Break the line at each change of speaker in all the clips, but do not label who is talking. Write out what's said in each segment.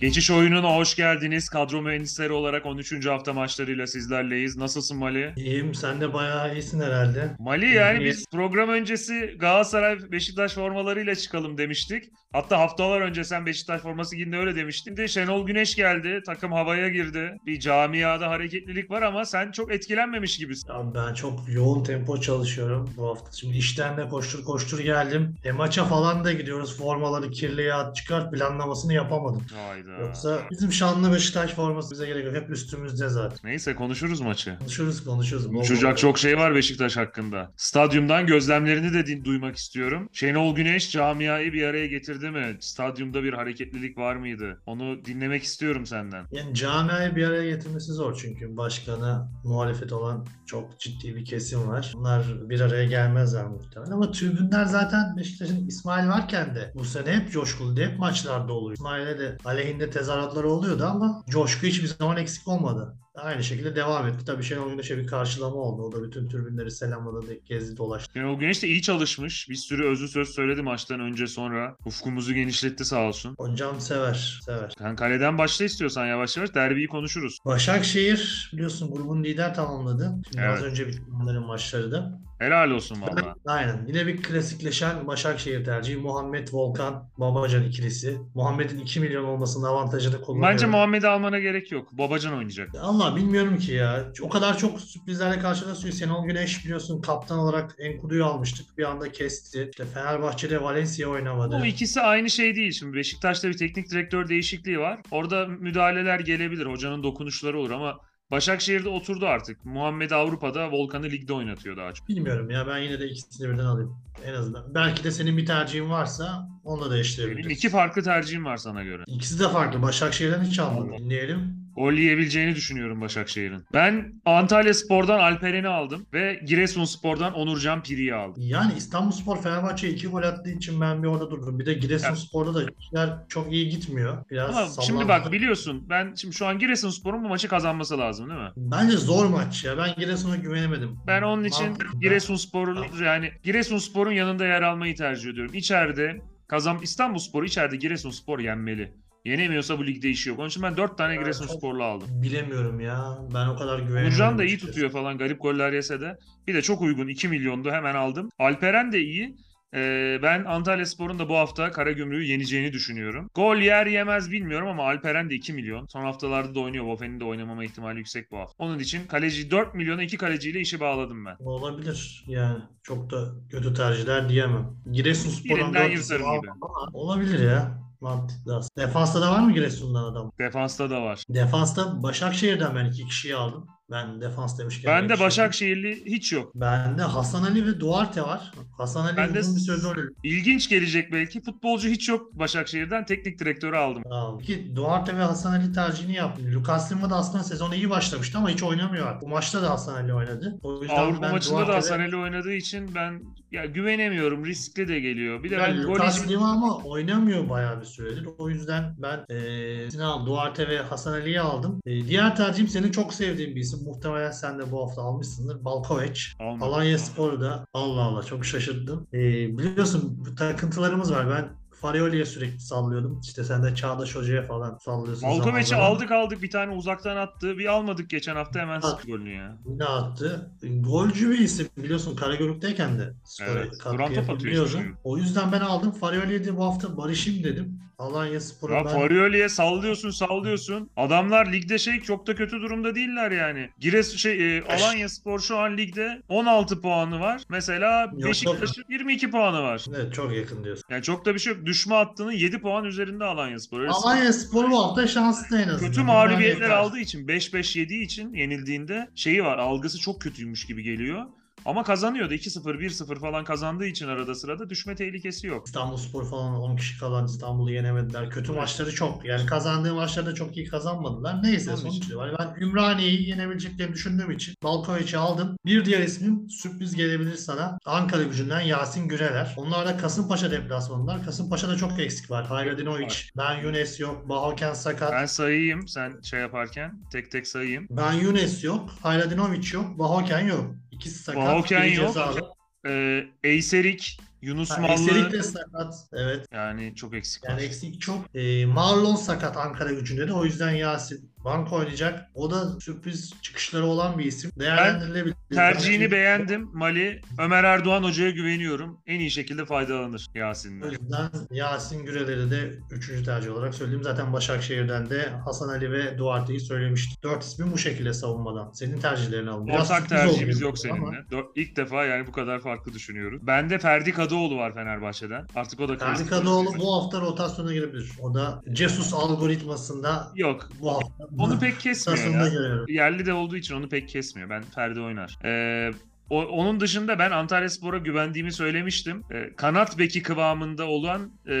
Geçiş oyununa hoş geldiniz. Kadro mühendisleri olarak 13. hafta maçlarıyla sizlerleyiz. Nasılsın Mali?
İyiyim. Sen de bayağı iyisin herhalde.
Mali yani biz program öncesi Galatasaray Beşiktaş formalarıyla çıkalım demiştik. Hatta haftalar önce sen Beşiktaş forması giyinle öyle demiştin de Şenol Güneş geldi. Takım havaya girdi. Bir camiada hareketlilik var ama sen çok etkilenmemiş gibisin.
Abi ben çok yoğun tempo çalışıyorum bu hafta. Şimdi işten de koştur koştur geldim. E maça falan da gidiyoruz. Formaları kirliye at çıkart planlamasını yapamadım.
Hayda.
Yoksa bizim şanlı Beşiktaş forması bize gerek yok. Hep üstümüzde zaten.
Neyse konuşuruz maçı.
Konuşuruz konuşuruz. Bol bol.
Konuşacak çok şey var Beşiktaş hakkında. Stadyumdan gözlemlerini de din- duymak istiyorum. Şenol Güneş camiayı bir araya getirdi mi? Stadyumda bir hareketlilik var mıydı? Onu dinlemek istiyorum senden.
Yani camiayı bir araya getirmesi zor çünkü başkana muhalefet olan çok ciddi bir kesim var. Bunlar bir araya gelmezler muhtemelen ama tribünler zaten Beşiktaş'ın İsmail varken de bu sene hep coşkuluydu, hep maçlarda oluyor. İsmail'e de aleyhinde tezahüratlar oluyordu ama coşku hiçbir zaman eksik olmadı. Aynı şekilde devam etti. Tabii Şenol Güneş'e bir karşılama oldu. O da bütün tribünleri selamladı, gezdi, dolaştı.
Şenol Güneş de iyi çalışmış. Bir sürü özlü söz söyledi maçtan önce sonra. Ufkumuzu genişletti sağ olsun.
Hocam sever, sever.
Sen kaleden başla istiyorsan yavaş yavaş derbiyi konuşuruz.
Başakşehir biliyorsun grubun lider tamamladı. Şimdi az
Evet.
önce bitti onların maçları da.
Helal olsun valla.
Aynen. Yine bir klasikleşen Başakşehir tercihi. Muhammed Volkan Babacan ikilisi. Muhammed'in 2 milyon olmasının avantajını kullanıyor.
Bence Muhammed'i almana gerek yok. Babacan oynayacak.
Allah bilmiyorum ki ya. O kadar çok sürprizlerle karşılaşıyor. Senol Güneş biliyorsun kaptan olarak Enkudu'yu almıştık. Bir anda kesti. İşte Fenerbahçe'de Valencia oynamadı.
Bu ikisi aynı şey değil. Şimdi Beşiktaş'ta bir teknik direktör değişikliği var. Orada müdahaleler gelebilir. Hocanın dokunuşları olur ama Başakşehir'de oturdu artık. Muhammed Avrupa'da, Volkan'ı ligde oynatıyor daha çok.
Bilmiyorum ya ben yine de ikisini birden alayım. En azından. Belki de senin bir tercihin varsa onunla
Benim
değiştirebiliriz.
iki farklı tercihim var sana göre.
İkisi de farklı. Başakşehir'den hiç almadım.
Allah.
Dinleyelim.
Gol yiyebileceğini düşünüyorum Başakşehir'in. Ben Antalya Spor'dan Alperen'i aldım ve Giresun Spor'dan Onurcan Piri'yi aldım.
Yani İstanbulspor Fenerbahçe'ye iki gol attığı için ben bir orada durdum. Bir de Giresunspor'da da işler çok iyi gitmiyor. Biraz
Ama şimdi
sallandı.
bak biliyorsun ben şimdi şu an Giresun Spor'un bu maçı kazanması lazım değil mi?
Bence zor maç ya. Ben Giresun'a güvenemedim.
Ben onun için
Mantıklı.
Giresunspor'un yani Giresunspor'un yanında yer almayı tercih ediyorum. İçeride kazan İstanbulspor içeride Giresunspor yenmeli. Yenemiyorsa bu ligde işi yok. Onun için ben 4 tane
Evet,
Giresunsporlu aldım.
bilemiyorum ya. Ben o kadar güvenemedim.
Nurcan da iyi
açıkçası.
tutuyor falan garip goller yese de. Bir de çok uygun 2 milyondu hemen aldım. Alperen de iyi. Ee, ben Antalya Spor'un da bu hafta Karagümrük'ü yeneceğini düşünüyorum. Gol yer yemez bilmiyorum ama Alperen de 2 milyon. Son haftalarda da oynuyor. Bofen'in de oynamama ihtimali yüksek bu hafta. Onun için kaleci 4 milyona 2 kaleciyle işi bağladım ben.
Olabilir yani. Çok da kötü tercihler diyemem. Giresunspor'dan
Birinden
4
yırtarım
isim
gibi.
aldım ama Olabilir ya. Mantıklı aslında. Defansta da var mı Giresun'dan adam?
Defansta da var.
Defansta Başakşehir'den ben iki kişiyi aldım. Ben defans demişken.
Ben
iki
de
şey-
Başakşehirli hiç yok.
Bende Hasan Ali ve Duarte var. Hasan Ali
Bende-
uzun bir söz öyle.
İlginç gelecek belki. Futbolcu hiç yok Başakşehir'den. Teknik direktörü aldım.
Tamam. Peki Duarte ve Hasan Ali tercihini yaptı. Lucas Lima da aslında sezona iyi başlamıştı ama hiç oynamıyor artık. Bu maçta da Hasan Ali oynadı. O yüzden
Avrupa
ben
maçında
Duarte
da
ve-
Hasan Ali oynadığı için ben ya güvenemiyorum. Riskli de geliyor. Bir de
Ya
ben gol
Lucas
izin-
Lima ama oynamıyor bayağı bir süredir. O yüzden ben eee Sinan Duarte ve Hasan Ali'yi aldım. Eee, diğer tercihim senin çok sevdiğin bir isim. Muhtemelen sen de bu hafta almışsındır. Balkoveç.
Almadım.
Alanya Spor'u da Allah Allah çok şaşırdım. Ee, biliyorsun bu takıntılarımız var. Ben Farioli'ye sürekli sallıyordum. İşte sen de Çağdaş Hoca'ya falan sallıyorsun. zaman
Malkoviç'i
zaman.
aldık aldık bir tane uzaktan attı. Bir almadık geçen hafta hemen
Ha.
sıktı golünü ya.
Yine attı. E, Golcü bir isim biliyorsun Karagümrük'teyken de skora
Evet,
katkı
duran top atıyor
yapabiliyordu.
işte.
O yüzden ben aldım. Farioli'ye de bu hafta barışayım dedim. Alanya Spor'u
Ya
ben...
Farioli'ye sallıyorsun sallıyorsun. Adamlar ligde şey çok da kötü durumda değiller yani. Gires şey e, Alanya Spor şu an ligde 16 puanı var. Mesela
Yok, yok.
Beşiktaş'ın 22 puanı var.
Evet, çok yakın diyorsun.
Yani çok da bir şey yok. Düşme hattının 7 puan üzerinde Alanya Spor. Öyle
Alanya Spor bu hafta şanslı en azından.
Kötü
Yani
mağlubiyetler
yeter.
aldığı için 5-5 yediği için yenildiğinde şeyi var algısı çok kötüymüş gibi geliyor. Ama kazanıyor da 2-0 1-0 falan kazandığı için arada sırada düşme tehlikesi yok.
İstanbulspor falan 10 kişi kalan İstanbul'u yenemediler. Kötü maçları çok. Yani kazandığı maçlarda çok iyi kazanmadılar. Neyse
Onun
sonuç
için.
itibariyle ben Ümraniye'yi yenebileceklerini düşündüğüm için Balkovic'i aldım. Bir diğer ismim sürpriz gelebilir sana. Ankara gücünden Yasin Güreler. Onlar da Kasımpaşa deplasmanlar. Kasımpaşa'da çok eksik var. Hayradinovic, Ben Yunes yok. Bahoken sakat.
Ben sayayım sen şey yaparken tek tek sayayım.
Ben Yunes yok. Hayradinovic yok. Bahoken yok. İkisi sakat.
Bahoken
biri
yok.
cezalı.
Ee, Eyserik, Yunus
Ha, Ekselik
Mallı
de sakat. Evet.
yani çok eksik var.
Yani eksik çok. Ee, Marlon sakat Ankara gücünde de. O yüzden Yasin bank oynayacak. O da sürpriz çıkışları olan bir isim. Değerlendirilebilir.
Tercihini
Yani-
beğendim Mali. Ömer Erdoğan hocaya güveniyorum. En iyi şekilde faydalanır Yasin'den.
O yüzden Yasin Güreleri de üçüncü tercih olarak söyledim. Zaten Başakşehir'den de Hasan Ali ve Duarte'yi söylemiştik. Dört ismi bu şekilde savunmadan. Senin tercihlerini alalım. Biraz
Ortak
sürpriz
tercihimiz
oldu
yok
ama
seninle. Dö- İlk defa yani bu kadar farklı düşünüyoruz. Bende Ferdi Kadıoğlu var Fenerbahçe'den. Artık o da
Ferdi
klasik.
Kadıoğlu bu hafta rotasyona girebilir. O da Cesus algoritmasında
Yok.
bu hafta
Onu pek kesmiyor
rotasyonda
ya.
görüyorum.
Yerli de olduğu için onu pek kesmiyor. Ben Ferdi oynar. Ee, o- onun dışında ben Antalya Spor'a güvendiğimi söylemiştim. Ee, kanat beki kıvamında olan e,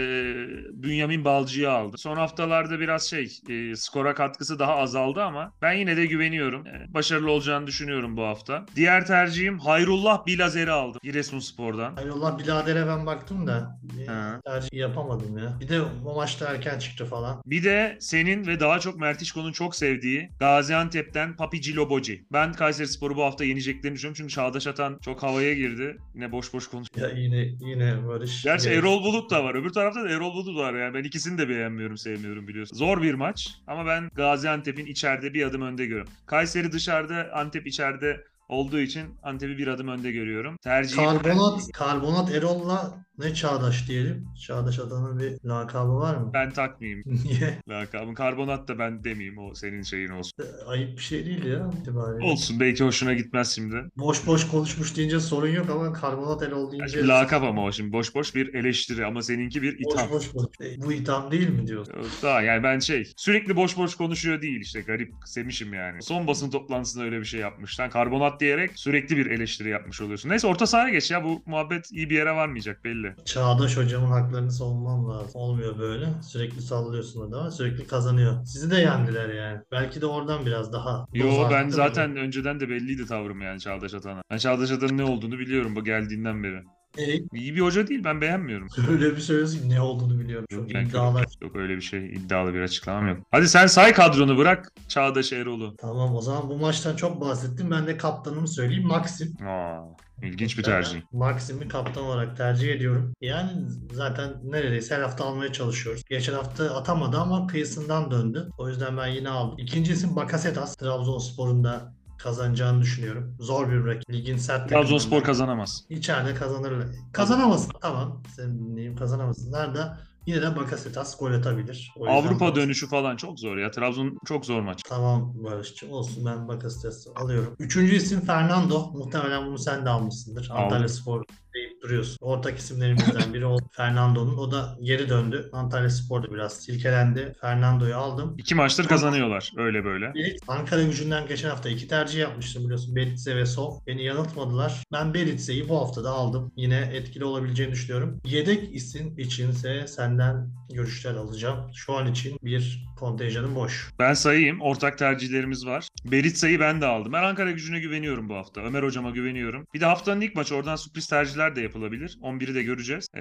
Bünyamin Balcı'yı aldı. Son haftalarda biraz şey e, skora katkısı daha azaldı ama ben yine de güveniyorum. Ee, başarılı olacağını düşünüyorum bu hafta. Diğer tercihim Hayrullah Bilazer'i aldım Giresunspor'dan.
Hayrola biradere ben baktım da bir
Ha.
tercih yapamadım ya. Bir de o maçta erken çıktı falan.
Bir de senin ve daha çok Mertişko'nun çok sevdiği Gaziantep'ten Papi Ciloboci. Ben Kayserispor'u bu hafta yeneceklerini düşünüyorum çünkü Çağdaş Atan çok havaya girdi. Yine boş boş konuşuyor.
Ya yine yine Barış.
Gerçi
yine-
Erol Bulut da var. Öbür tarafta da Erol Bulut var yani. Ben ikisini de beğenmiyorum, sevmiyorum biliyorsun. Zor bir maç ama ben Gaziantep'in içeride bir adım önde görüyorum. Kayseri dışarıda, Antep içeride olduğu için Antep'i bir adım önde görüyorum. Tercihim
Karbonat, Karbonat Erol'la ne Çağdaş diyelim? Çağdaş Adan'ın bir lakabı var mı?
ben takmayayım
Niye?
lakabın. Karbonat da ben demeyeyim o senin şeyin olsun.
Ayıp bir şey değil ya itibariyle.
Olsun belki hoşuna gitmez şimdi.
Boş boş konuşmuş deyince sorun yok ama Karbonat Erol
Ya
deyince
şimdi lakap ama o şimdi boş boş bir eleştiri ama seninki bir
boş
itham.
boş konuş. E, Bu itham değil mi diyorsun?
Daha yani ben şey sürekli boş boş konuşuyor değil işte garip semişim yani. Son basın toplantısında öyle bir şey yapmış. Sen karbonat diyerek sürekli bir eleştiri yapmış oluyorsun. Neyse orta sahaya geç ya bu muhabbet iyi bir yere varmayacak belli.
Çağdaş hocamın haklarını savunmam lazım. Olmuyor böyle. Sürekli sallıyorsun adamı. Sürekli kazanıyor. Sizi de yendiler yani. Belki de oradan biraz daha. doz
Yo ben
arttı
zaten önceden de belliydi tavrım yani Çağdaş Atan'a. Ben Çağdaş Atan'ın ne olduğunu biliyorum bu geldiğinden beri.
E,
İyi bir hoca değil ben beğenmiyorum.
öyle bir söylüyorsun ki ne olduğunu biliyorum. Çok
Yani
iddialar.
Yok öyle bir şey iddialı bir açıklamam yok. Hadi sen say kadronu bırak Çağdaş Erol'u.
Tamam o zaman bu maçtan çok bahsettim. Ben de kaptanımı söyleyeyim. Maxim.
Aa, ilginç bir tercih.
Ben Maxim'i kaptan olarak tercih ediyorum. Yani zaten neredeyse her hafta almaya çalışıyoruz. Geçen hafta atamadı ama kıyısından döndü. O yüzden ben yine aldım. İkinci isim Bakasetas. Trabzonspor'un da kazanacağını düşünüyorum. Zor bir rakip. Ligin sert
Trabzonspor
takımlarından.
kazanamaz.
İçeride kazanırlar. Kazanamaz. Tamam. Sen dinleyeyim kazanamazsınlar da yine de Bakasetas gol atabilir. O yüzden
Avrupa
Bakasetas-
dönüşü falan çok zor ya. Trabzon çok zor maç.
Tamam Barış'cığım olsun ben Bakasetas'ı alıyorum. Üçüncü isim Fernando. Muhtemelen bunu sen de almışsındır.
Aldım.
Antalya Spor deyip duruyorsun. Ortak isimlerimizden biri oldu Fernando'nun. O da geri döndü. Antalya Spor'da biraz silkelendi. Fernando'yu aldım.
İki maçtır kazanıyorlar öyle böyle.
Berit, Ankara gücünden geçen hafta iki tercih yapmıştım biliyorsun. Beritse ve Sov. Beni yanıltmadılar. Ben Beritse'yi bu hafta da aldım. Yine etkili olabileceğini düşünüyorum. Yedek isim içinse senden görüşler alacağım. Şu an için bir kontenjanım boş.
Ben sayayım. Ortak tercihlerimiz var. Beritsa'yı ben de aldım. Ben Ankara gücüne güveniyorum bu hafta. Ömer hocama güveniyorum. Bir de haftanın ilk maçı oradan sürpriz tercihler de yapılabilir. 11'i de göreceğiz. Ee,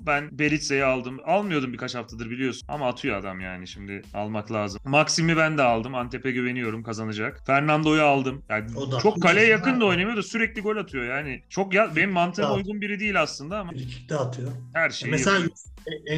ben Beritsa'yı aldım. Almıyordum birkaç haftadır biliyorsun. Ama atıyor adam yani şimdi almak lazım. Maxim'i ben de aldım. Antep'e güveniyorum kazanacak. Fernando'yu aldım. Yani
O da.
çok kaleye yakın da oynamıyor da sürekli gol atıyor yani. Çok ya benim mantığıma
Ya.
uygun biri değil aslında ama
Frikik de atıyor.
her şeyi
Mesela
Şey
E-
yapıyor.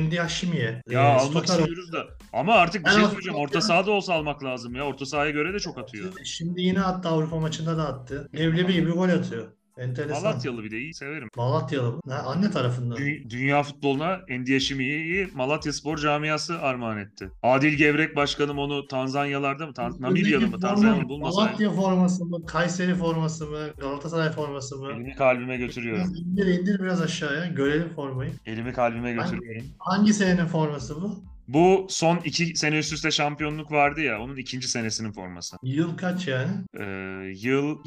Endi Haşimiye.
Ya almak istiyoruz da. Ama artık bir
Ee, Ben
şey
almak
söyleyeceğim.
istiyorum.
Orta sahada olsa almak lazım ya. Orta sahaya göre de çok atıyor.
Şimdi yine attı Avrupa maçında da attı. Levlebi gibi gol atıyor. Enteresan.
Malatyalı Şey, bir de iyi severim.
Malatyalı mı? Ha, anne tarafından.
Dü- Dünya futboluna Endi Şimi'yi Malatya Spor Camiası armağan etti. Adil Gevrek Başkanım onu Tanzanyalarda mı? Tan- Namibya'da mı?
Forma-
Tanzanya mı? Bulmasaydı.
Malatya forması mı? Kayseri forması mı? Galatasaray forması mı?
Elimi kalbime götürüyorum.
Biraz indir indir biraz aşağıya. Görelim formayı.
Elimi kalbime götürüyorum.
Hangi senenin forması bu?
Bu son iki sene üst üste şampiyonluk vardı ya. Onun ikinci senesinin forması.
Yıl kaç yani?
Ee, yıl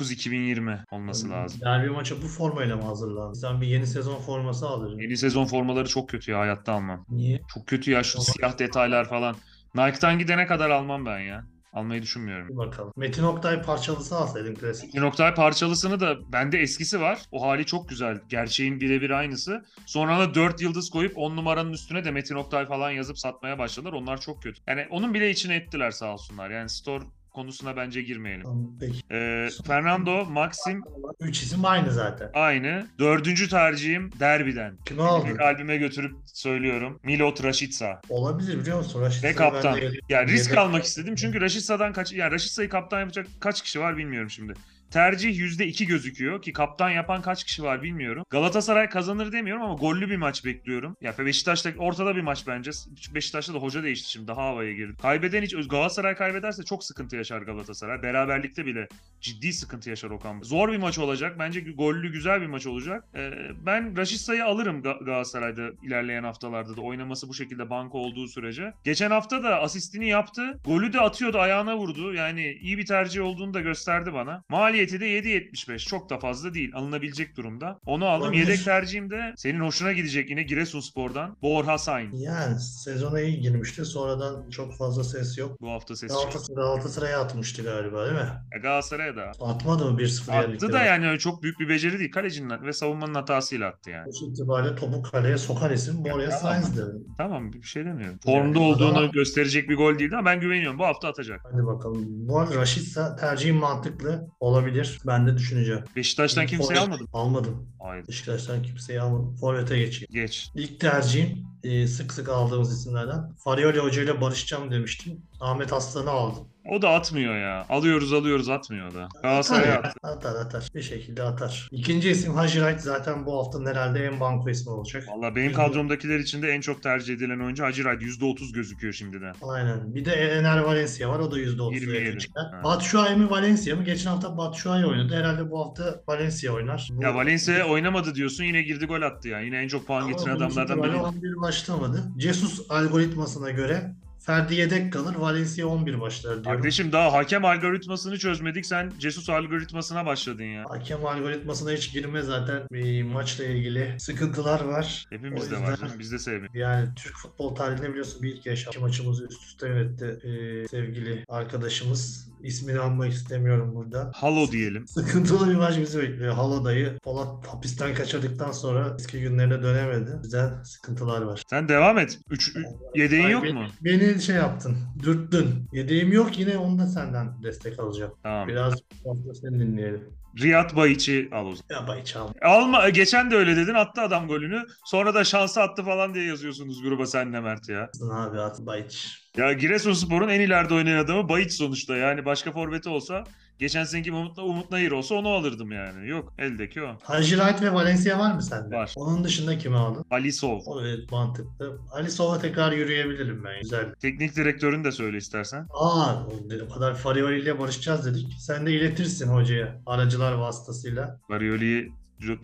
2019-2020
Hmm.
olması lazım.
Derbi maça bu formayla mı hazırlandı? Sen bir yeni sezon forması alır.
Yeni sezon formaları çok kötü ya. Hayatta almam.
Niye?
Çok kötü ya şu
Ama-
siyah detaylar falan. Nike'tan gidene kadar almam ben ya. Almayı düşünmüyorum.
Bir bakalım. Metin Oktay parçalısı alsaydın klasik.
Metin Oktay parçalısını da bende eskisi var. O hali çok güzel. Gerçeğin birebir aynısı. Sonra da 4 yıldız koyup 10 numaranın üstüne de Metin Oktay falan yazıp satmaya başladılar. Onlar çok kötü. Yani onun bile içine ettiler sağ olsunlar. Yani store konusuna bence girmeyelim.
Tamam, Peki.
Ee, Fernando, Maxim
Üç isim aynı zaten.
aynı. Dördüncü tercihim derbiden.
Kimi aldın?
Kalbime götürüp söylüyorum. Milot Rashica.
Olabilir biliyor musun? Raşit
Ve
Sarı
kaptan.
bende-
Yani risk
Yedek.
almak istedim çünkü Raşitsa'dan kaç yani Raşitsa'yı kaptan yapacak kaç kişi var bilmiyorum şimdi. Tercih %2 gözüküyor ki kaptan yapan kaç kişi var bilmiyorum. Galatasaray kazanır demiyorum ama gollü bir maç bekliyorum. Ya Beşiktaş'ta ortada bir maç bence. Beşiktaş'ta da hoca değişti şimdi daha havaya girdi. Kaybeden hiç Galatasaray kaybederse çok sıkıntı yaşar Galatasaray. Beraberlikte bile ciddi sıkıntı yaşar Okan. Bey. Zor bir maç olacak. Bence gollü güzel bir maç olacak. Ee, ben Raşitsa'yı alırım Ga- Galatasaray'da ilerleyen haftalarda da oynaması bu şekilde banko olduğu sürece. Geçen hafta da asistini yaptı. Golü de atıyordu ayağına vurdu. Yani iyi bir tercih olduğunu da gösterdi bana. Maliyeti de 7.75. Çok da fazla değil. Alınabilecek durumda. Onu aldım.
Olabilir.
Yedek tercihim de senin hoşuna gidecek yine Giresunspor'dan Borha Sain.
Yani sezona iyi girmişti. Sonradan çok fazla ses yok.
Bu hafta sesi çıktı.
Galatasaray, Galatasaray'a atmıştı galiba değil mi?
Ya Galatasaray'a da
Atmadı mı 1-0
attı
yedikleri?
da yani öyle çok büyük bir beceri değil. Kalecinin ve savunmanın hatasıyla attı yani.
Sonuç itibariyle topu kaleye sokan isim Borja
tamam.
Sainz'di.
Tamam bir şey demiyorum. Formda
Yani
olduğunu
adam-
gösterecek bir gol değildi ama ben güveniyorum. Bu hafta atacak.
Hadi bakalım. Bu arada Raşitsa tercihim mantıklı olabilir. Ben de düşüneceğim.
Beşiktaş'tan kimseyi
Forvet-
almadım.
Almadım.
Hayır.
Beşiktaş'tan kimseyi almadım. Forvet'e geçeyim.
Geç.
İlk tercihim e, sık sık aldığımız isimlerden. Farioli Hoca ile barışacağım demiştim. Ahmet Aslan'ı aldım.
O da atmıyor ya. Alıyoruz alıyoruz atmıyor o da. Galatasaray'a
Atar
attı.
ya. Atar atar. Bir şekilde atar. İkinci isim Hacı Wright zaten bu hafta herhalde en banko ismi olacak.
Valla benim kadromdakiler içinde en çok tercih edilen oyuncu Hacı Rayd. %30 gözüküyor şimdiden.
Aynen. Bir de Ener Valencia var. O da %30'a
27.
yakın çıkar.
Ha.
Batshuayi mi Valencia mı? Geçen hafta Batshuayi oynadı. Herhalde bu hafta Valencia oynar. Bu-
Ya Valencia oynamadı diyorsun yine girdi gol attı yani. Yine en çok puan
Ama
getiren
bunun
adamlardan
itibariyle
biri.
11 başlamadı. Jesus algoritmasına göre Ferdi yedek kalır. Valencia 11 başlar diyorum.
Kardeşim daha hakem algoritmasını çözmedik. Sen Jesus algoritmasına başladın ya.
Hakem algoritmasına hiç girme zaten. Bir maçla ilgili sıkıntılar var.
Hepimizde
O
var.
yüzden-
canım, Biz de sevmiyoruz.
Yani Türk futbol tarihinde biliyorsun bir ilk yaşam. İki maçımızı üst üste yönetti ee, sevgili arkadaşımız. İsmini anmak istemiyorum burada.
Halo diyelim.
Sıkıntılı bir maç bizi bekliyor. Haladayı Polat hapisten kaçırdıktan sonra eski günlerine dönemedi. Güzel sıkıntılar var.
Sen devam et. Üç, ü- yedeğin
Ay,
yok
beni-
mu?
Beni şey yaptın, dürttün. Yedeğim yok yine onu da senden destek alacağım.
Tamam.
Biraz bu hafta seni dinleyelim.
Riyad Bayiç'i al o zaman. E,
Ya bay çal.
Alma, geçen de öyle dedin attı adam golünü. Sonra da şansı attı falan diye yazıyorsunuz gruba senle Mert ya.
Abi at bayç.
Ya Giresunspor'un en ileride oynayan adamı Bayiç sonuçta yani başka forveti olsa geçen seneki Umut, Umut Nayır olsa onu alırdım yani. Yok eldeki o.
Hacı Wright ve Valencia var mı sende?
Var.
Onun dışında kimi aldın?
Ali Sov.
O evet mantıklı. Ali Sova tekrar yürüyebilirim ben. Güzel.
Teknik direktörünü de söyle istersen.
Aa o de- o kadar Farioli ile barışacağız dedik. Sen de iletirsin hocaya aracılar vasıtasıyla.
Varioli'yi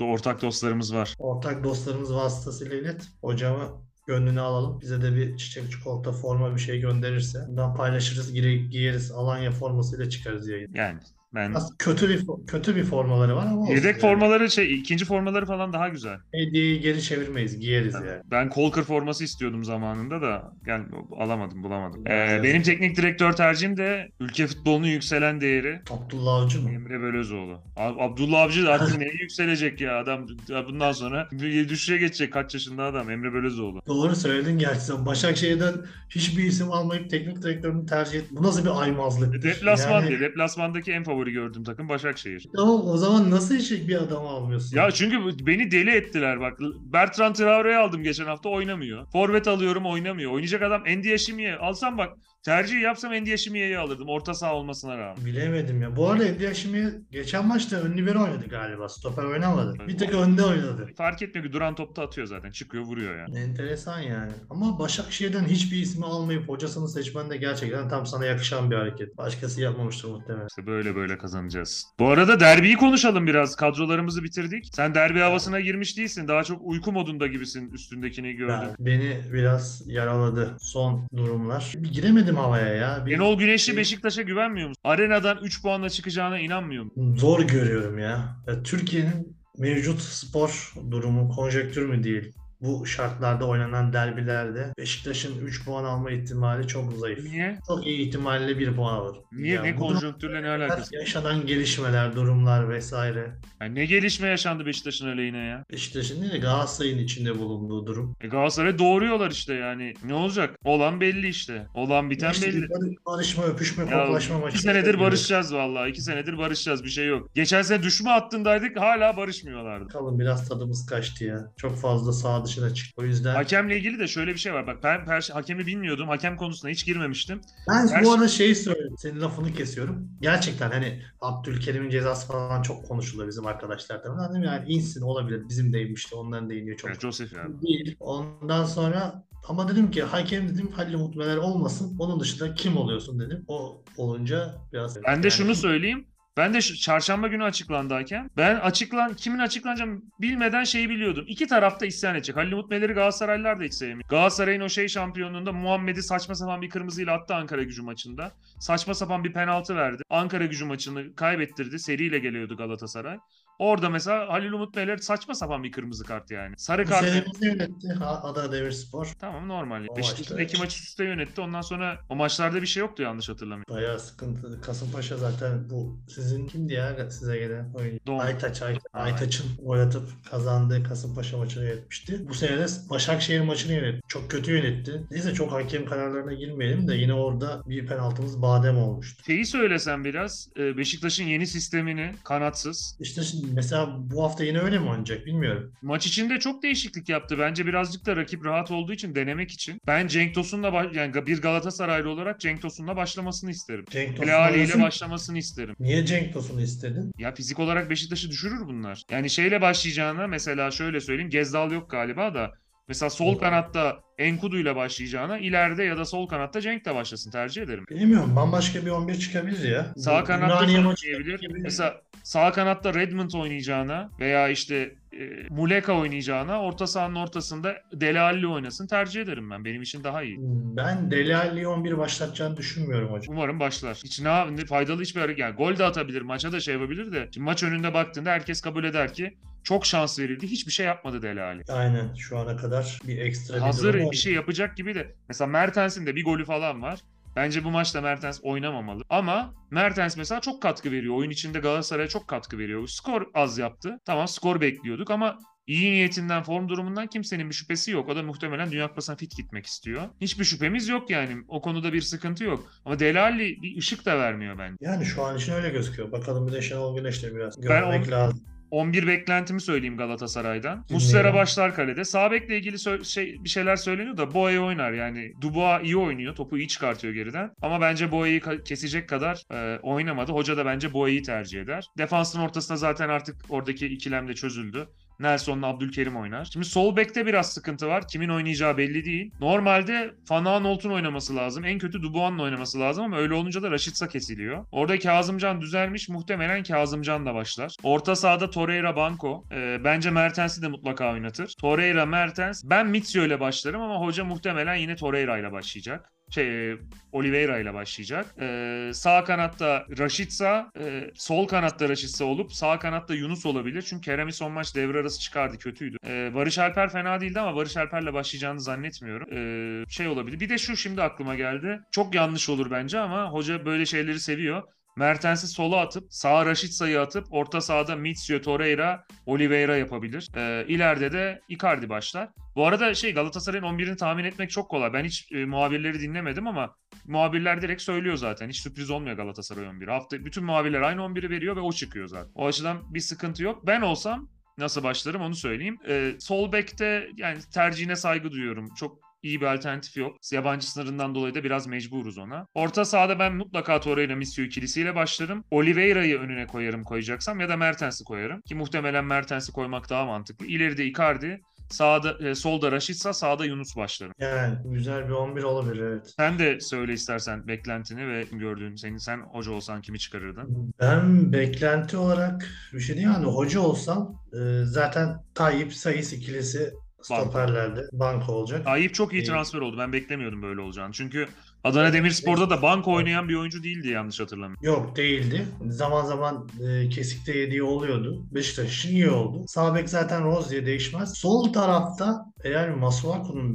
ortak dostlarımız var.
Ortak dostlarımız vasıtasıyla ilet. Hocamı gönlünü alalım. Bize de bir çiçek çikolata forma bir şey gönderirse. Bundan paylaşırız gire, giyeriz. Alanya formasıyla çıkarız yayın.
Yani ben
Biraz kötü bir fo- kötü bir formaları var ama olsun
yedek
yani.
formaları şey ikinci formaları falan daha güzel.
Hediyeyi geri çevirmeyiz. Giyeriz yani.
Ben Colker forması istiyordum zamanında da gel alamadım bulamadım. Ee,
Evet.
benim teknik direktör tercihim de ülke futbolunun yükselen değeri
Abdullah Avcı mı?
Emre Belözoğlu. Ab- Abdullah Avcı da artık neye yükselecek ya adam Ya bundan sonra bir düşüşe geçecek kaç yaşında adam Emre Belözoğlu.
Doğru söyledin gerçi sen. Başakşehir'den hiçbir isim almayıp teknik direktörünü tercih et. Bu nasıl bir
E,
aymazlık?
Deplasman
Yani-
diye. Deplasmandaki en favori gördüğüm takım Başakşehir.
Tamam o zaman nasıl eşek bir adam almıyorsun?
Ya çünkü bu- beni deli ettiler bak. Bertrand Traore'yi aldım geçen hafta oynamıyor. Forvet alıyorum oynamıyor. Oynayacak adam Endi Eşimiye. Alsam bak tercih yapsam Endi Eşimiye'yi alırdım. Orta saha olmasına rağmen.
Bilemedim ya. Bu arada Ediyar şimdi geçen maçta ön libero oynadı galiba. Stoper oynamadı.
Evet.
Bir tek önde oynadı.
Fark etmiyor ki duran topta atıyor zaten. Çıkıyor vuruyor yani.
Enteresan yani. Ama Başakşehir'den hiçbir ismi almayıp hocasını seçmen de gerçekten tam sana yakışan bir hareket. Başkası yapmamıştır muhtemelen.
İşte böyle böyle kazanacağız. Bu arada derbiyi konuşalım biraz. Kadrolarımızı bitirdik. Sen derbi havasına girmiş değilsin. Daha çok uyku modunda gibisin üstündekini gördüm.
Yani beni biraz yaraladı son durumlar. Bir giremedim havaya ya. Bir
Enol Güneşli
Şey-
Beşiktaş'a güvenmiyor musun? Arenadan 3 puanla çıkacağına inanmıyor musun?
zor görüyorum ya. Ya Türkiye'nin mevcut spor durumu konjektür mü değil? bu şartlarda oynanan derbilerde Beşiktaş'ın 3 puan alma ihtimali çok zayıf.
Niye?
Çok iyi ihtimalle 1 puan alır.
Niye?
Yani
ne
bu durumlar,
konjonktürle ne alakası?
yaşanan gelişmeler, durumlar vesaire.
Yani ne gelişme yaşandı Beşiktaş'ın aleyhine ya?
Beşiktaş'ın değil de Galatasaray'ın içinde bulunduğu durum.
E Galatasaray'a doğruyorlar işte yani. Ne olacak? Olan belli işte. Olan biten
İşte
belli.
bir barış- barışma, öpüşme,
Ya,
koklaşma maçı.
İki senedir barışacağız vallahi. İki senedir barışacağız. Bir şey yok. Geçen sene düşme hattındaydık. Hala barışmıyorlardı.
Bakalım biraz tadımız kaçtı ya. Çok fazla sağ dışına çıktı. O yüzden
Hakemle ilgili de şöyle bir şey var. Bak ben per- hakemi bilmiyordum. Hakem konusuna hiç girmemiştim.
Ben
Her
bu
şey-
arada şeyi söyleyeyim. Senin lafını kesiyorum. Gerçekten hani Abdülkerim'in cezası falan çok konuşuluyor bizim arkadaşlar tarafından değil mi? Yani insin olabilir. Bizim deymişti. Onların değiniyor çok.
Yani Joseph yani.
Değil. Ondan sonra ama dedim ki hakem dedim Halil Umut Meler olmasın. Onun dışında kim oluyorsun dedim. O olunca biraz...
Ben de
yani-
şunu söyleyeyim. Ben de şu- çarşamba günü açıklandı hakem. Ben açıklan kimin açıklanacağını bilmeden şeyi biliyordum. İki tarafta isyan edecek. Halil Umut Meler'i Galatasaraylılar da hiç sevmiyor. Galatasaray'ın o şey şampiyonluğunda Muhammed'i saçma sapan bir kırmızıyla attı Ankara gücü maçında. Saçma sapan bir penaltı verdi. Ankara gücü maçını kaybettirdi. Seriyle geliyordu Galatasaray. Orada mesela Halil Umut Meler saçma sapan bir kırmızı kart yani. Sarı kart.
Meselemizi yönetti Ha- Adana Demirspor.
Tamam normal.
O
Beşiktaş'ın
maçta-
iki maçı üst üste yönetti. Ondan sonra o maçlarda bir şey yoktu yanlış hatırlamıyorum.
Bayağı sıkıntı. Kasımpaşa zaten bu sizin kimdi ya size gelen oyuncu?
Doğru.
Aytaç, Ay-
Aynen.
Aytaç'ın oynatıp kazandığı Kasımpaşa maçını yönetmişti. Bu sene de Başakşehir maçını yönetti. Çok kötü yönetti. Neyse çok hakem kararlarına girmeyelim de yine orada bir penaltımız badem olmuştu.
Şeyi söylesen biraz e, Beşiktaş'ın yeni sistemini kanatsız.
İşte şimdi mesela bu hafta yine öyle mi oynayacak bilmiyorum.
Maç içinde çok değişiklik yaptı. Bence birazcık da rakip rahat olduğu için denemek için. Ben Cenk Tosun'la ba- yani bir Galatasaraylı olarak Cenk Tosun'la başlamasını isterim.
Cenk Tosun
Hilali ile
oynasın.
başlamasını isterim.
Niye Cenk Tosun'u istedin?
Ya fizik olarak Beşiktaş'ı düşürür bunlar. Yani şeyle başlayacağına mesela şöyle söyleyeyim. Gezdal yok galiba da. Mesela sol
Yok.
kanatta Enkudu ile başlayacağına ileride ya da sol kanatta Cenk de başlasın tercih ederim.
Bilmiyorum bambaşka bir 11 çıkabilir ya.
Sağ
Bu
kanatta
Ümraniye
kim
maçı
oynayabilir?
gibi-
Mesela sağ kanatta Redmond oynayacağına veya işte e, Muleka oynayacağına orta sahanın ortasında Delalli oynasın tercih ederim ben. Benim için daha iyi.
Hmm, Ben Deli Alli 11 başlatacağını düşünmüyorum hocam.
Umarım başlar. Hiç ne, ne faydalı hiçbir hareket. Yani gol de atabilir, maça da şey yapabilir de. Şimdi maç önünde baktığında herkes kabul eder ki çok şans verildi. Hiçbir şey yapmadı Delali.
Aynen şu ana kadar bir ekstra bir
Hazır
durum
bir şey yapacak gibi de. Mesela Mertens'in de bir golü falan var. Bence bu maçta Mertens oynamamalı. Ama Mertens mesela çok katkı veriyor. Oyun içinde Galatasaray'a çok katkı veriyor. Skor az yaptı. Tamam skor bekliyorduk ama iyi niyetinden, form durumundan kimsenin bir şüphesi yok. O da muhtemelen Dünya Kupası'na fit gitmek istiyor. Hiçbir şüphemiz yok yani. O konuda bir sıkıntı yok. Ama Delali bir ışık da vermiyor bence.
Yani şu an için öyle gözüküyor. Bakalım bir de Şenol Güneş'le biraz
on-
görmek lazım.
11 beklentimi söyleyeyim Galatasaray'dan.
Dinleyelim.
Muslera başlar kalede. Sağ bekle ilgili sö- şey, bir şeyler söyleniyor da Boye oynar yani. Dubois iyi oynuyor. Topu iyi çıkartıyor geriden. Ama bence Boye'yi ka- kesecek kadar e, oynamadı. Hoca da bence Boye'yi tercih eder. Defansın ortasına zaten artık oradaki ikilem de çözüldü. Nelson'la Abdülkerim oynar. Şimdi sol bekte biraz sıkıntı var. Kimin oynayacağı belli değil. Normalde Fana Nolt'un oynaması lazım. En kötü Dubois'un oynaması lazım ama öyle olunca da Raşitsa kesiliyor. Orada Kazımcan düzelmiş. Muhtemelen Kazımcan da başlar. Orta sahada Torreira Banko. Ee, bence Mertens'i de mutlaka oynatır. Torreira Mertens. Ben Mitsio ile başlarım ama hoca muhtemelen yine Torreira ile başlayacak. Şey, e, Oliveira ile başlayacak. Ee, sağ kanatta Raşitsa, e, sol kanatta Raşitsa olup sağ kanatta Yunus olabilir. Çünkü Kerem'i son maç devre arası çıkardı, kötüydü. Ee, Barış Alper fena değildi ama Barış Alper'le başlayacağını zannetmiyorum. Ee, şey olabilir. Bir de şu şimdi aklıma geldi. Çok yanlış olur bence ama hoca böyle şeyleri seviyor. Mertens'i sola atıp sağa Raşitsa'yı atıp orta sahada Mitsio, Torreira, Oliveira yapabilir. Ee, ileride de Icardi başlar. Bu arada şey Galatasaray'ın 11'ini tahmin etmek çok kolay. Ben hiç e, muhabirleri dinlemedim ama muhabirler direkt söylüyor zaten. Hiç sürpriz olmuyor Galatasaray 11. Hafta bütün muhabirler aynı 11'i veriyor ve o çıkıyor zaten. O açıdan bir sıkıntı yok. Ben olsam nasıl başlarım onu söyleyeyim. Ee, sol bekte yani tercihine saygı duyuyorum. Çok iyi bir alternatif yok. Yabancı sınırından dolayı da biraz mecburuz ona. Orta sahada ben mutlaka Torreira Missio ikilisiyle başlarım. Oliveira'yı önüne koyarım koyacaksam ya da Mertens'i koyarım. Ki muhtemelen Mertens'i koymak daha mantıklı. İleride Icardi, sağda, e, solda Raşitsa, sağda Yunus başlarım.
Yani güzel bir 11 olabilir evet.
Sen de söyle istersen beklentini ve gördüğün senin sen hoca olsan kimi çıkarırdın?
Ben beklenti olarak bir şey diyeyim yani hoca olsam e, zaten Tayyip Sayıs ikilisi stoperlerde banko olacak.
Ayıp çok iyi
Ee,
transfer oldu. Ben beklemiyordum böyle olacağını. Çünkü Adana Demirspor'da da banko oynayan bir oyuncu değildi yanlış hatırlamıyorum.
Yok değildi. Zaman zaman e, kesikte yediği oluyordu. Beşiktaş için iyi oldu. Sağ bek zaten Roz diye değişmez. Sol tarafta eğer Masuaku'nun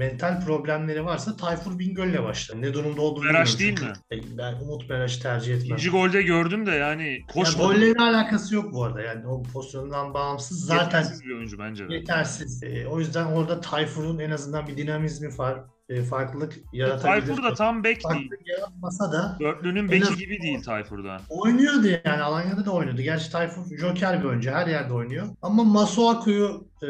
mental problemleri varsa Tayfur Bingöl'le başlar. Ne durumda olduğunu
Meraş
bilmiyorum
değil mi?
çünkü. E, Ben Umut Meraş'ı tercih etmem.
İkinci golde gördüm de yani
Yani
koşmadı.
gollerin alakası yok bu arada. Yani o pozisyondan bağımsız zaten
Yetersiz bir oyuncu bence de.
yetersiz. E, o yüzden orada Tayfur'un en azından bir dinamizmi var. E, farklılık yaratabilir.
Tayfur da tam bek değil.
Farklılık yaratmasa da
Dörtlünün
En
beki
az-
gibi değil Tayfur'da.
Oynuyordu yani Alanya'da da oynuyordu. Gerçi Tayfur Joker bir oyuncu her yerde oynuyor. Ama Masuaku'yu e,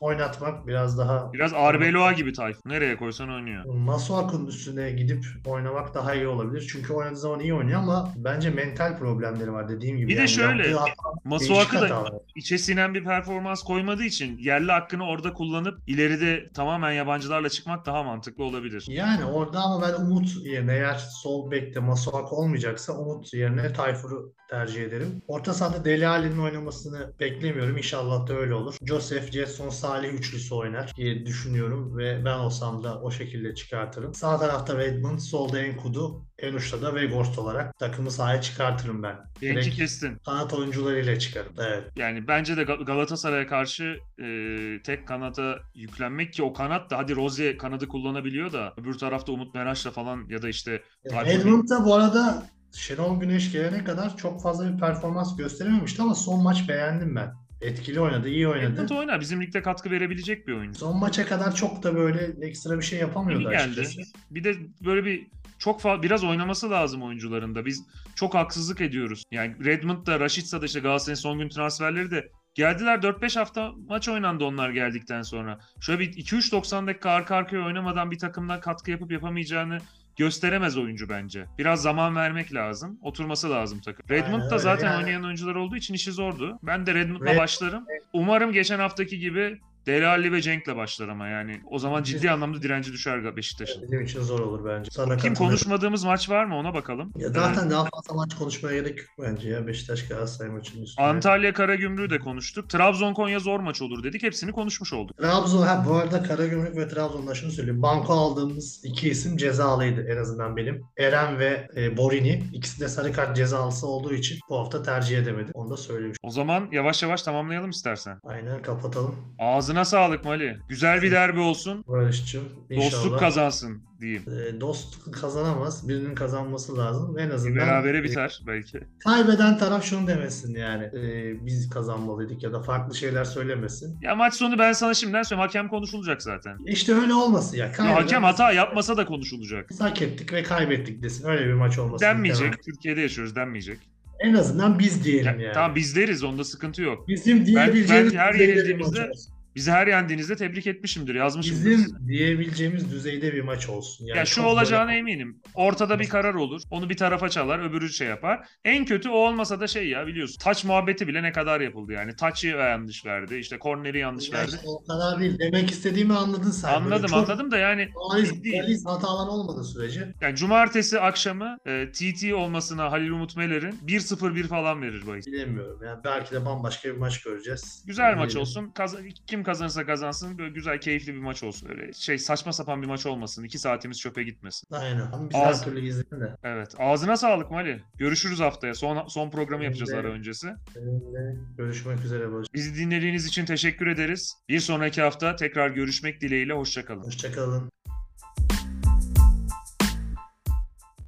oynatmak biraz daha
Biraz Arbeloa gibi Tayfur. Nereye koysan oynuyor.
Masuaku'nun üstüne gidip oynamak daha iyi olabilir. Çünkü oynadığı zaman iyi oynuyor ama bence mental problemleri var dediğim gibi.
Bir de
Yani
şöyle,
yaptığı hata- değişik
Masuaka da
hatalar.
içe sinen bir performans koymadığı için yerli hakkını orada kullanıp ileride tamamen yabancılarla çıkmak daha mantıklı olabilir.
Yani orada ama ben Umut yerine eğer sol bekte Masuaku olmayacaksa Umut yerine Tayfur'u tercih ederim. Orta sahada Deli Ali'nin oynamasını beklemiyorum. İnşallah da öyle olur. Joseph, Jetson, Salih üçlüsü oynar diye düşünüyorum ve ben olsam da o şekilde çıkartırım. Sağ tarafta Redmond, solda Enkudu, en uçta da Weghorst olarak takımı sahaya çıkartırım ben.
Genki
Direkt-
kestin.
Kanat oyuncularıyla çıkarım. Evet.
Yani bence de Gal- Galatasaray'a karşı e, tek kanata yüklenmek ki o kanat da hadi Rozier kanadı kullanabiliyor da öbür tarafta Umut Meraş'la falan ya da işte Tayfur
Edmund da bu arada Şenol Güneş gelene kadar çok fazla bir performans gösterememişti ama son maç beğendim ben. Etkili oynadı, iyi oynadı.
Edmund oynar. Bizim ligde katkı verebilecek bir oyuncu.
Son maça kadar çok da böyle ekstra bir şey yapamıyordu
İyi geldi.
açıkçası.
Bir de böyle bir çok fa- biraz oynaması lazım oyuncuların da. Biz çok haksızlık ediyoruz. Yani Redmond da Rashica da işte Galatasaray'ın son gün transferleri de geldiler 4-5 hafta maç oynandı onlar geldikten sonra. Şöyle bir 2-3 90 dakika arka arkaya oynamadan bir takımdan katkı yapıp yapamayacağını gösteremez oyuncu bence. Biraz zaman vermek lazım. Oturması lazım takım. Redmond
Aynen
da
öyle.
zaten
Yani-
oynayan oyuncular olduğu için işi zordu. Ben de Redmond'la
Red-
başlarım. Umarım geçen haftaki gibi Deli Ali ve Cenk'le başlar ama yani. O zaman ciddi anlamda direnci düşer Beşiktaş'ın.
Bizim için zor olur bence. Sana
Kim
katılıyorum.
konuşmadığımız maç var mı ona bakalım.
Ya zaten daha fazla maç konuşmaya gerek yok bence ya Beşiktaş Galatasaray maçının üstüne.
Ee, Antalya Karagümrük'ü de konuştuk. Trabzon Konya zor maç olur dedik. Hepsini konuşmuş olduk.
Trabzon, ha bu arada Karagümrük ve Trabzon'da şunu söyleyeyim. Banko aldığımız iki isim cezalıydı en azından benim. Eren ve e, Borini. İkisi de sarı kart cezalısı olduğu için bu hafta tercih edemedim. Onu da söylemiş.
O zaman yavaş yavaş tamamlayalım istersen.
Aynen kapatalım.
Ağzına sağlık Mali. Güzel bir derbi olsun.
Barış'cığım inşallah.
Dostluk kazansın diyeyim.
E, dost kazanamaz. Birinin kazanması lazım. En azından
Berabere
e,
biter belki.
kaybeden taraf şunu demesin yani. e, biz kazanmalıydık ya da farklı şeyler söylemesin.
Ya maç sonu ben sana şimdiden söyleyeyim. Hakem konuşulacak zaten.
İşte öyle olmasın ya.
Ya
Kaybeden-
hakem hata yapmasa da konuşulacak.
Biz hak ettik ve kaybettik desin. Öyle bir maç olmasın. istemem.
Denmeyecek. Türkiye'de yaşıyoruz denmeyecek.
En azından biz diyelim
Ya,
yani.
Tamam biz deriz onda sıkıntı yok.
Bizim
Ben-
diyebileceğimiz
ben her
düzeyde bir
yenildiğimizde
maç olsun.
Bizi her yendiğinizde tebrik etmişimdir, yazmışımdır. size.
Bizim diyebileceğimiz düzeyde bir maç olsun. Yani
ya şu
çok böyle-
olacağına eminim. Ortada bir karar olur. Onu bir tarafa çalar, öbürü şey yapar. En kötü o olmasa da şey ya biliyorsun. Taç muhabbeti bile ne kadar yapıldı yani. Taçı yanlış verdi, işte korneri yanlış
Ya
verdi.
işte o kadar değil. Demek istediğimi anladın sen. Böyle
Anladım
çok
anladım da yani
Bariz,
Değil.
bariz hatalar olmadığı sürece
yani cumartesi akşamı e, TT olmasına Halil Umut Meler'in 1-0-1 falan verir bahis.
bilemiyorum. Yani belki de bambaşka bir maç göreceğiz.
Güzel maç
Bilmiyorum.
olsun. Kaz- kim kazanırsa kazansın. Böyle güzel, keyifli bir maç olsun. Öyle şey saçma sapan bir maç olmasın. İki saatimiz çöpe gitmesin.
Aynen. Ama biz
Ağzı-
her türlü izleyelim de.
Evet. Ağzına sağlık Mali. Görüşürüz haftaya. Son son programı yapacağız ara öncesi.
Seninle Görüşmek üzere Barış.
Bizi dinlediğiniz için teşekkür ederiz. Bir sonraki hafta tekrar görüşmek dileğiyle. Hoşçakalın.
Hoşçakalın.